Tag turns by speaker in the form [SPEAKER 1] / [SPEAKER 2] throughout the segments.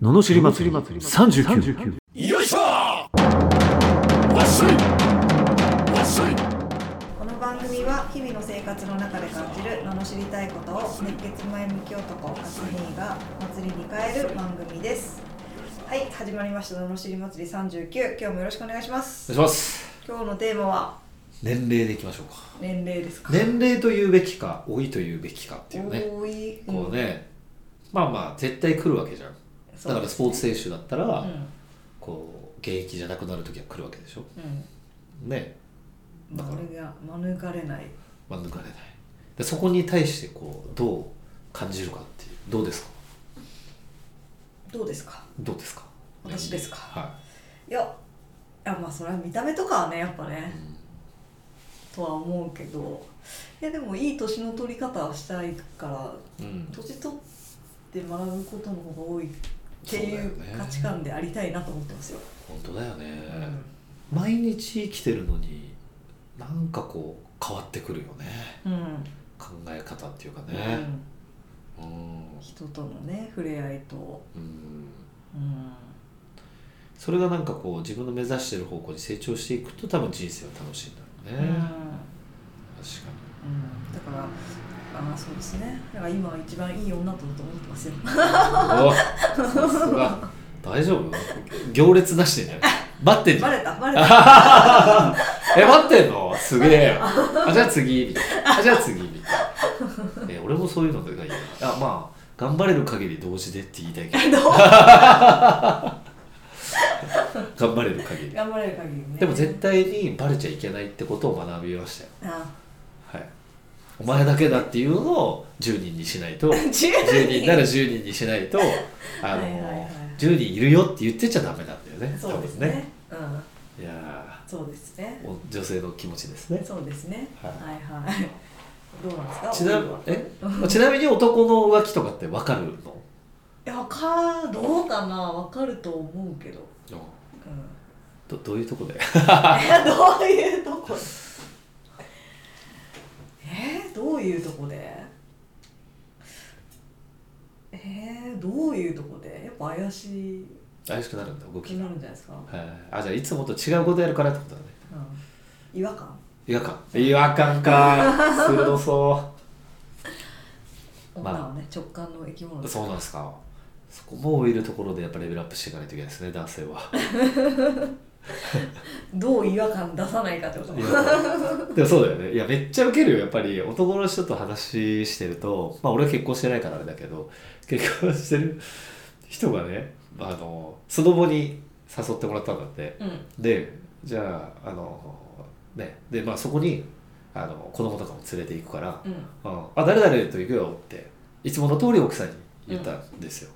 [SPEAKER 1] ののしり祭り39
[SPEAKER 2] よいしょわっしょいわっしょい
[SPEAKER 3] この番組は日々の生活の中で感じる罵りたいことを熱血前向き男カツミーが祭りに変える番組ですはい始まりました罵り祭り39今日もよろしくお願いしま
[SPEAKER 2] お願い
[SPEAKER 3] す
[SPEAKER 2] します
[SPEAKER 3] 今日のテーマは
[SPEAKER 2] 年齢でいきましょうか
[SPEAKER 3] 年齢ですか
[SPEAKER 2] 年齢というべきか老いというべきかっていうね
[SPEAKER 3] 多い
[SPEAKER 2] こうねまあまあ絶対来るわけじゃんだからスポーツ選手だったら、
[SPEAKER 3] うん
[SPEAKER 2] こう現役じゃなくなる時は来るわけでしょ
[SPEAKER 3] うん
[SPEAKER 2] ねだから
[SPEAKER 3] 免れが免れない
[SPEAKER 2] まあ抜かれないでそこに対してこうどう感じるかっていうどうですか
[SPEAKER 3] どうですか
[SPEAKER 2] どうですか
[SPEAKER 3] 私ですか
[SPEAKER 2] はい
[SPEAKER 3] やいやまあそれは見た目とかはねやっぱね
[SPEAKER 2] い、うん
[SPEAKER 3] とは思うけどいやでもいい年の取り方をしたいから
[SPEAKER 2] うん
[SPEAKER 3] 年取って学ぶことの方が多いってい
[SPEAKER 2] そう
[SPEAKER 3] う
[SPEAKER 2] だよね
[SPEAKER 3] 価値観でありたいなと思ってますよ。
[SPEAKER 2] 本当だよね、
[SPEAKER 3] うん
[SPEAKER 2] 毎日生きてるのになんかこう変わってくるよね
[SPEAKER 3] うん
[SPEAKER 2] 考え方っていうか
[SPEAKER 3] う
[SPEAKER 2] ね
[SPEAKER 3] ん
[SPEAKER 2] うん、
[SPEAKER 3] 人とのね触れ合いと、
[SPEAKER 2] うん、
[SPEAKER 3] うん、
[SPEAKER 2] それがなんかこう自分の目指してる方向に成長していくと多分人生は楽しいんだろう
[SPEAKER 3] う
[SPEAKER 2] んね、
[SPEAKER 3] うん
[SPEAKER 2] 確か
[SPEAKER 3] だからあーそうですねだから今は一番いい女とだと思ってますよ。
[SPEAKER 2] におさすが大丈夫行列なしでね待ってんじゃ
[SPEAKER 3] バ
[SPEAKER 2] ん
[SPEAKER 3] レたバレた。
[SPEAKER 2] え待ってんのすげえあじゃあ次みたいなあじゃあ次みたいなえ俺もそういうのがいいなあまあ頑張れる限り同時でって言いたいけど
[SPEAKER 3] どう
[SPEAKER 2] 頑張れる限り
[SPEAKER 3] 頑張れる限りね。
[SPEAKER 2] でも絶対にバレちゃいけないってことを学びましたよ
[SPEAKER 3] あ
[SPEAKER 2] はいお前だけだっていうのを10人にしないと10
[SPEAKER 3] 10
[SPEAKER 2] 人なら10人にしないとあの
[SPEAKER 3] はいはいはい
[SPEAKER 2] 10人いるよって言ってちゃダメなんだよね
[SPEAKER 3] そうです
[SPEAKER 2] 多分
[SPEAKER 3] ね。うん
[SPEAKER 2] いや
[SPEAKER 3] そうですね。
[SPEAKER 2] ーお女性の気持ちですね
[SPEAKER 3] そうですね。
[SPEAKER 2] は
[SPEAKER 3] はいいはい。どうなんですか。
[SPEAKER 2] ちな
[SPEAKER 3] お湯は
[SPEAKER 2] え ちなみに男の浮気とかって分かるの
[SPEAKER 3] いやかどうかなわかると思うけど。うん。
[SPEAKER 2] どどういうとこで
[SPEAKER 3] いや どういうとこ。えー、どういうとこで。えー、どういうとこでやっぱ怪し
[SPEAKER 2] 怪しくなるんだ動
[SPEAKER 3] く
[SPEAKER 2] きが
[SPEAKER 3] なるんじゃないですか、
[SPEAKER 2] はいあじゃあいつもと違うことやるからってことだね
[SPEAKER 3] うん、違和感
[SPEAKER 2] 違和感違和感 か鋭そまあ
[SPEAKER 3] 女はね、直感の生き物
[SPEAKER 2] う
[SPEAKER 3] です
[SPEAKER 2] そうなんですかそこもいるところでやっぱレベルアップしていかないといけないですね男性は
[SPEAKER 3] どう違和感出さないかってこと
[SPEAKER 2] いや でもそうだよねいやめっちゃウケるよやっぱり男の人と話してるとまあ俺は結婚してないからあれだけど結婚してる人がねあのスノボに誘ってもらったんだって
[SPEAKER 3] うん
[SPEAKER 2] でじゃああのねでまあそこにあの子供とかも連れて行くから
[SPEAKER 3] うん
[SPEAKER 2] 「うん、あ誰々と行くよ」っていつもの通り奥さんに言ったんですよ、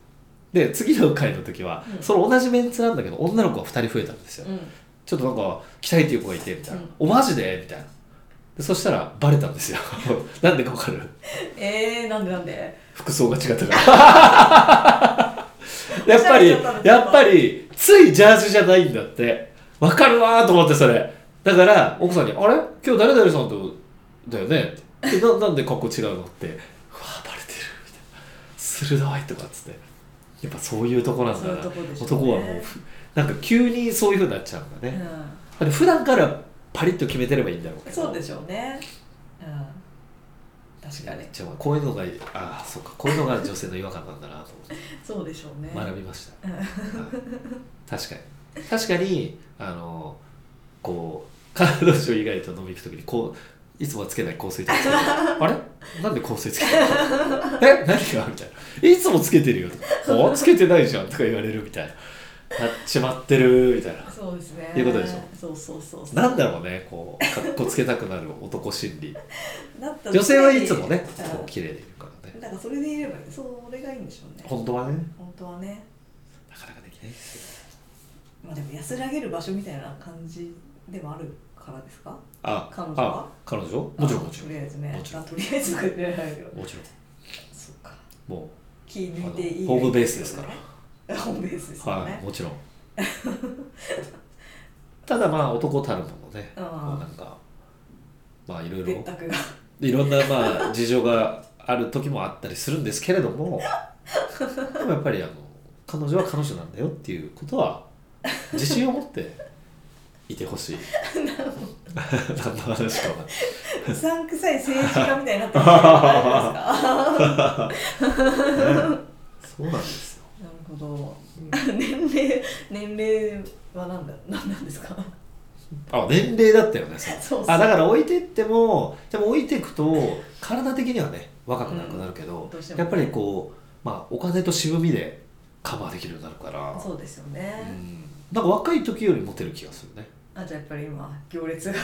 [SPEAKER 2] で次の回の時は、
[SPEAKER 3] うん
[SPEAKER 2] その同じメンツなんだけど女の子が2人増えたんですよ、
[SPEAKER 3] うん
[SPEAKER 2] ちょっとなんか来たいっていう子がいてみたいな「
[SPEAKER 3] うん
[SPEAKER 2] おマジで?」みたいなでそしたらバレたんですよ なんでかわかる
[SPEAKER 3] えー、なんでなんで
[SPEAKER 2] 服装が違ったから やっぱりやっぱりついジャージじゃないんだってわかるわーと思ってそれだから奥さんに「あれ今日誰々さんとだよね?」ってななんで格好違うの?」って 「うわーバレてる」みたいな「鋭い」とかっつってやっぱそういうとこなんだな
[SPEAKER 3] そういうとこでしょうね
[SPEAKER 2] 男はもうふなんか急にそういうふうになっちゃうんだ
[SPEAKER 3] う
[SPEAKER 2] ね、
[SPEAKER 3] ん
[SPEAKER 2] だって普段からパリッと決めてればいいんだろうけど
[SPEAKER 3] そうでしょうね。うん。確かに。
[SPEAKER 2] じゃあこういうのがああそうかこういうのが女性の違和感なんだなと思って。
[SPEAKER 3] そうでしょうね。
[SPEAKER 2] 学びました、はい確かに確かにあのこう彼女以外と飲み行く時にこういつもはつけない香水とかつけて あれなんで香水つけてるのえ何がみたいないつもつけてるよとかおつけてないじゃんとか言われるみたいななっちまってるみたいな
[SPEAKER 3] そうですね。
[SPEAKER 2] いうことでしょ
[SPEAKER 3] そうそうそうそう。
[SPEAKER 2] なんだろうねこうかっこつけたくなる男心 理
[SPEAKER 3] だったら
[SPEAKER 2] 女性はいつもね
[SPEAKER 3] うん
[SPEAKER 2] こう綺麗でいるからね
[SPEAKER 3] だからそれでいれば、それがいいんでしょうね。
[SPEAKER 2] 本当はね
[SPEAKER 3] 本当はね。
[SPEAKER 2] なかなかできないですよ
[SPEAKER 3] まあでも安らげる場所みたいな感じでもあるからですか
[SPEAKER 2] あ
[SPEAKER 3] 彼女は
[SPEAKER 2] あ彼女もちろんもちろ
[SPEAKER 3] と
[SPEAKER 2] ん
[SPEAKER 3] りあえずね。
[SPEAKER 2] もちろん
[SPEAKER 3] あとりあえずとか言ってないけど。
[SPEAKER 2] もちろん
[SPEAKER 3] そうか。
[SPEAKER 2] もう
[SPEAKER 3] 気抜いていい、。
[SPEAKER 2] あのホームベースですから
[SPEAKER 3] ホームベースですよ
[SPEAKER 2] は
[SPEAKER 3] ね。
[SPEAKER 2] い、もちろん。 ただまあ男たるものね、
[SPEAKER 3] うん
[SPEAKER 2] こうなんかまあいろい
[SPEAKER 3] 別
[SPEAKER 2] ろ
[SPEAKER 3] 宅が。
[SPEAKER 2] いろんなまあ 事情がある時もあったりするんですけれども、でもやっぱりあの彼女は彼女なんだよっていうことは自信を持っていてほしい 何の話かは
[SPEAKER 3] うさんくさい政治家みたいに なってるありますか
[SPEAKER 2] そ うなんですよ
[SPEAKER 3] なるほど年齢年齢は何だ何なんですか
[SPEAKER 2] あ年齢だったよねそう
[SPEAKER 3] そうそう
[SPEAKER 2] あだから置いてってもでも置いていくと体的にはね若くなくなるけど
[SPEAKER 3] ん、どうしても
[SPEAKER 2] やっぱりこう、まあ、お金と渋みでカバーできるようになるから
[SPEAKER 3] そうですよ
[SPEAKER 2] う
[SPEAKER 3] ね、
[SPEAKER 2] んなんか若い時よりモテる気がするね
[SPEAKER 3] あじゃあやっぱり今行列が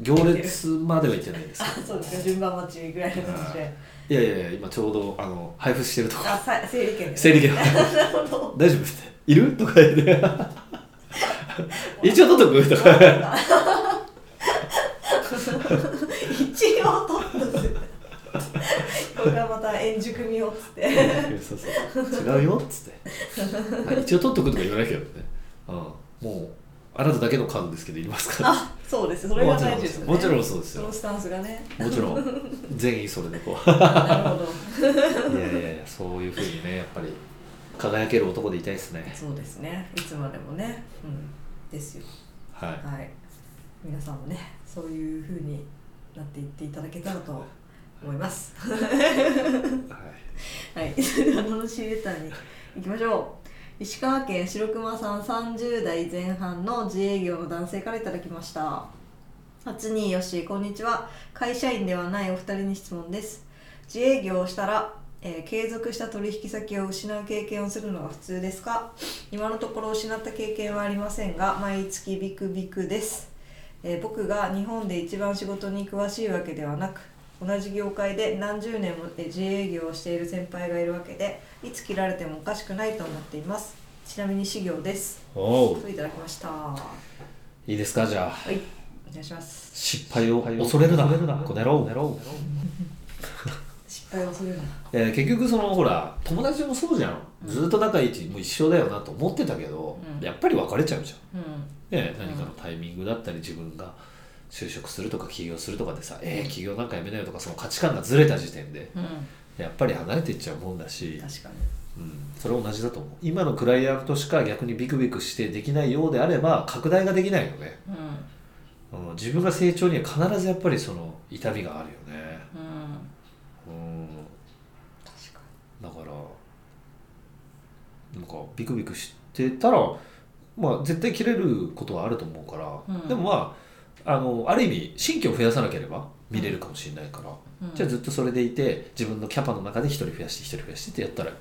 [SPEAKER 2] 行列まではいってないです
[SPEAKER 3] あ
[SPEAKER 2] け
[SPEAKER 3] そうですか順番待ちぐ らいの感じで
[SPEAKER 2] どいやいやいや今ちょうどあの配布してるとこ
[SPEAKER 3] あさ整理券
[SPEAKER 2] 整理券
[SPEAKER 3] なるほど
[SPEAKER 2] 大丈夫ですねいるとか言 って一応取っとくとか
[SPEAKER 3] 一応取ったんですよこれがまた円熟味をっつって
[SPEAKER 2] そうそう違うよっつって、はい一応取っとくとか言わないけどね、うん、もうあなただけの感ですけどいりますから
[SPEAKER 3] あそうですそれが大事ですよね
[SPEAKER 2] もちろんそうです
[SPEAKER 3] そ
[SPEAKER 2] よ
[SPEAKER 3] のスタンスが ね
[SPEAKER 2] もちろん全員それでこ
[SPEAKER 3] なるほど
[SPEAKER 2] ういやいやいやそういうふうにねやっぱり輝ける男でいたいですね
[SPEAKER 3] そうですねいつまでもねうんですよ
[SPEAKER 2] はい
[SPEAKER 3] はい、皆さんもねそういう風になっていっていただけたらと思います。
[SPEAKER 2] はい
[SPEAKER 3] はい、 それでは楽しいレターに行きましょう。石川県白熊さん30代前半の自営業の男性からいただきました。初によし、こんにちは。会社員ではないお二人に質問です。自営業をしたら、えー継続した取引先を失う経験をするのが普通ですか今のところ失った経験はありませんが、毎月ビクビクです。えー僕が日本で一番仕事に詳しいわけではなく同じ業界で何十年もえー自営業をしている先輩がいるわけでいつ切られてもおかしくないと思っていますちなみに修行です
[SPEAKER 2] おう
[SPEAKER 3] といただきましたはい
[SPEAKER 2] いですかじゃあ
[SPEAKER 3] いお願いします
[SPEAKER 2] 失敗を恐れるなこの野郎、
[SPEAKER 3] 失敗をするな
[SPEAKER 2] えー結局そのほら友達もそうじゃん
[SPEAKER 3] うん
[SPEAKER 2] ずっと仲いいしもう一生だよなと思ってたけど、
[SPEAKER 3] うん
[SPEAKER 2] やっぱり別れちゃうじゃん
[SPEAKER 3] うん
[SPEAKER 2] ね、何かのタイミングだったり自分が就職するとか起業するとかでさ、えー、起業なんかやめなよとかその価値観がずれた時点で
[SPEAKER 3] うん
[SPEAKER 2] やっぱり離れていっちゃうもんだし、
[SPEAKER 3] 確かに
[SPEAKER 2] うん、それ同じだと思う今のクライアントしか逆にビクビクしてできないようであれば拡大ができないよね、
[SPEAKER 3] うん
[SPEAKER 2] うん、自分が成長には必ずやっぱりその痛みがあるよね
[SPEAKER 3] うん
[SPEAKER 2] うん
[SPEAKER 3] 確か
[SPEAKER 2] だからなんかビクビクしてたらまあ絶対切れることはあると思うから、
[SPEAKER 3] うん
[SPEAKER 2] でもまああのある意味新規を増やさなければ見れるかもしれないから、
[SPEAKER 3] に、うん、
[SPEAKER 2] じゃあずっとそれでいて自分のキャパの中で1人増やして1人増やしてってやったら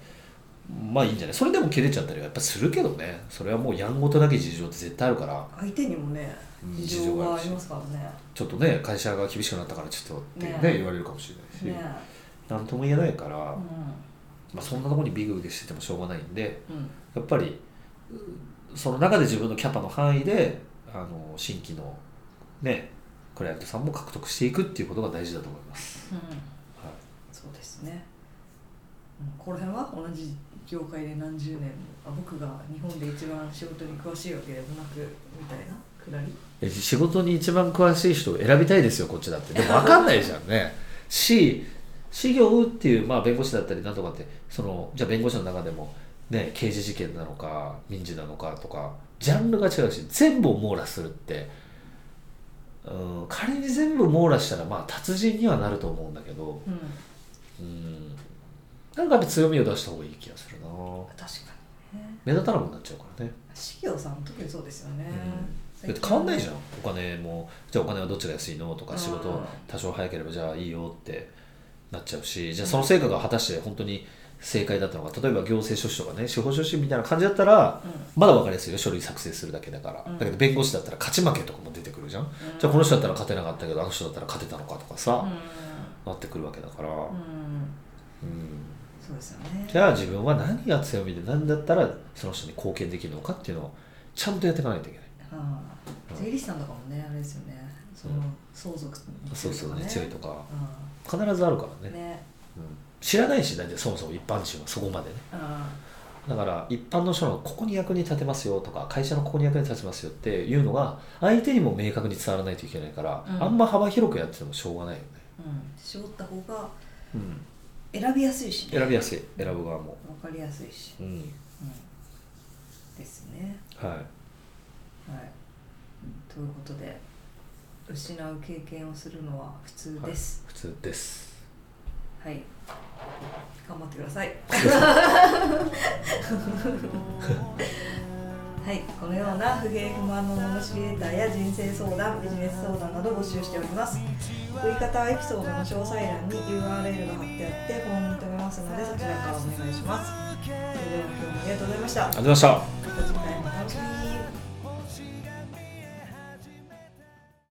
[SPEAKER 2] まあいいんじゃないそれでも切れちゃったりはやっぱするけどねそれはもうやんごとだけ事情って絶対あるから
[SPEAKER 3] 相手にもね
[SPEAKER 2] うん
[SPEAKER 3] 事情がありますからね
[SPEAKER 2] ちょっとね会社が厳しくなったからちょっとってね
[SPEAKER 3] ね
[SPEAKER 2] 言われるかもしれないし
[SPEAKER 3] ね
[SPEAKER 2] 何、なんとも言えないから、
[SPEAKER 3] う
[SPEAKER 2] ま
[SPEAKER 3] ん
[SPEAKER 2] あ、そんなところにビクビクしててもしょうがないんで
[SPEAKER 3] うん
[SPEAKER 2] やっぱりうその中で自分のキャパの範囲であの新規のねクライアントさんも獲得していくっていうことが大事だと思います、
[SPEAKER 3] うん
[SPEAKER 2] はい、
[SPEAKER 3] そうですね、うん、この辺は同じ業界で何十年もあ僕が日本で一番仕事に詳しいわけでもなくみたいなくだり
[SPEAKER 2] え仕事に一番詳しい人を選びたいですよこっちだってでも分かんないじゃん ねし資業っていう、まあ、弁護士だったりなんとかってそのじゃあ弁護士の中でも、ね、刑事事件なのか民事なのかとかジャンルが違うし全部を網羅するって、うん、仮に全部網羅したらまあ達人にはなると思うんだけど
[SPEAKER 3] うん
[SPEAKER 2] うんなんかやっぱ強みを出した方がいい気がするな
[SPEAKER 3] 確かにね
[SPEAKER 2] 目立たなくなっちゃうからね
[SPEAKER 3] 資業さん特にそうですよね、
[SPEAKER 2] だって変わんないじゃんお金もじゃあお金はどっちが安いのと
[SPEAKER 3] う
[SPEAKER 2] か
[SPEAKER 3] ん
[SPEAKER 2] 仕事多少早ければじゃあいいよってなっちゃうしじゃあその成果が果たして本当に正解だったのか例えば行政書士とかね司法書士みたいな感じだったら
[SPEAKER 3] う
[SPEAKER 2] まだ分かりやすいよ書類作成するだけだから、
[SPEAKER 3] うん
[SPEAKER 2] だけど弁護士だったら勝ち負けとかも出てくるじゃん、
[SPEAKER 3] ん
[SPEAKER 2] じゃあこの人だったら勝てなかったけどあの人だったら勝てたのかとかさ、
[SPEAKER 3] う
[SPEAKER 2] なってくるわけだから、
[SPEAKER 3] ん、うん、
[SPEAKER 2] うん
[SPEAKER 3] そうですよね
[SPEAKER 2] じゃあ自分は何が強みで何だったらその人に貢献できるのかっていうのをちゃんとやっていかないといけない
[SPEAKER 3] はあ税理士さんとかもねあれですよねその相続につ
[SPEAKER 2] そ
[SPEAKER 3] いうてと
[SPEAKER 2] そう
[SPEAKER 3] か
[SPEAKER 2] ね
[SPEAKER 3] ね
[SPEAKER 2] 強いとか
[SPEAKER 3] う
[SPEAKER 2] 必ずあるからね
[SPEAKER 3] んね
[SPEAKER 2] 知らないし大体そもそも一般人はそこまでね
[SPEAKER 3] あ
[SPEAKER 2] だから一般の人のここに役に立てますよとか会社のここに役に立ちますよっていうのが相手にも明確に伝わらないといけないから、
[SPEAKER 3] うん
[SPEAKER 2] あんま幅広くやっててもしょうがないよね、
[SPEAKER 3] うん絞った方が選びやすいしね
[SPEAKER 2] 選びやすい選ぶ側も、
[SPEAKER 3] わかりやすいし、
[SPEAKER 2] うん、
[SPEAKER 3] うん、ですね
[SPEAKER 2] は
[SPEAKER 3] はいということで失う経験をするのは普通です
[SPEAKER 2] い、普通です
[SPEAKER 3] はい、頑張ってくださいはい、このような不平不満の罵りレターや人生相談、ビジネス相談など募集しております送り方エピソードの詳細欄に URL が貼ってあってフォームに留めますのでそちらからお願いしますそれでは今日もありがとうございましたま
[SPEAKER 2] ありがとうございました
[SPEAKER 3] た次回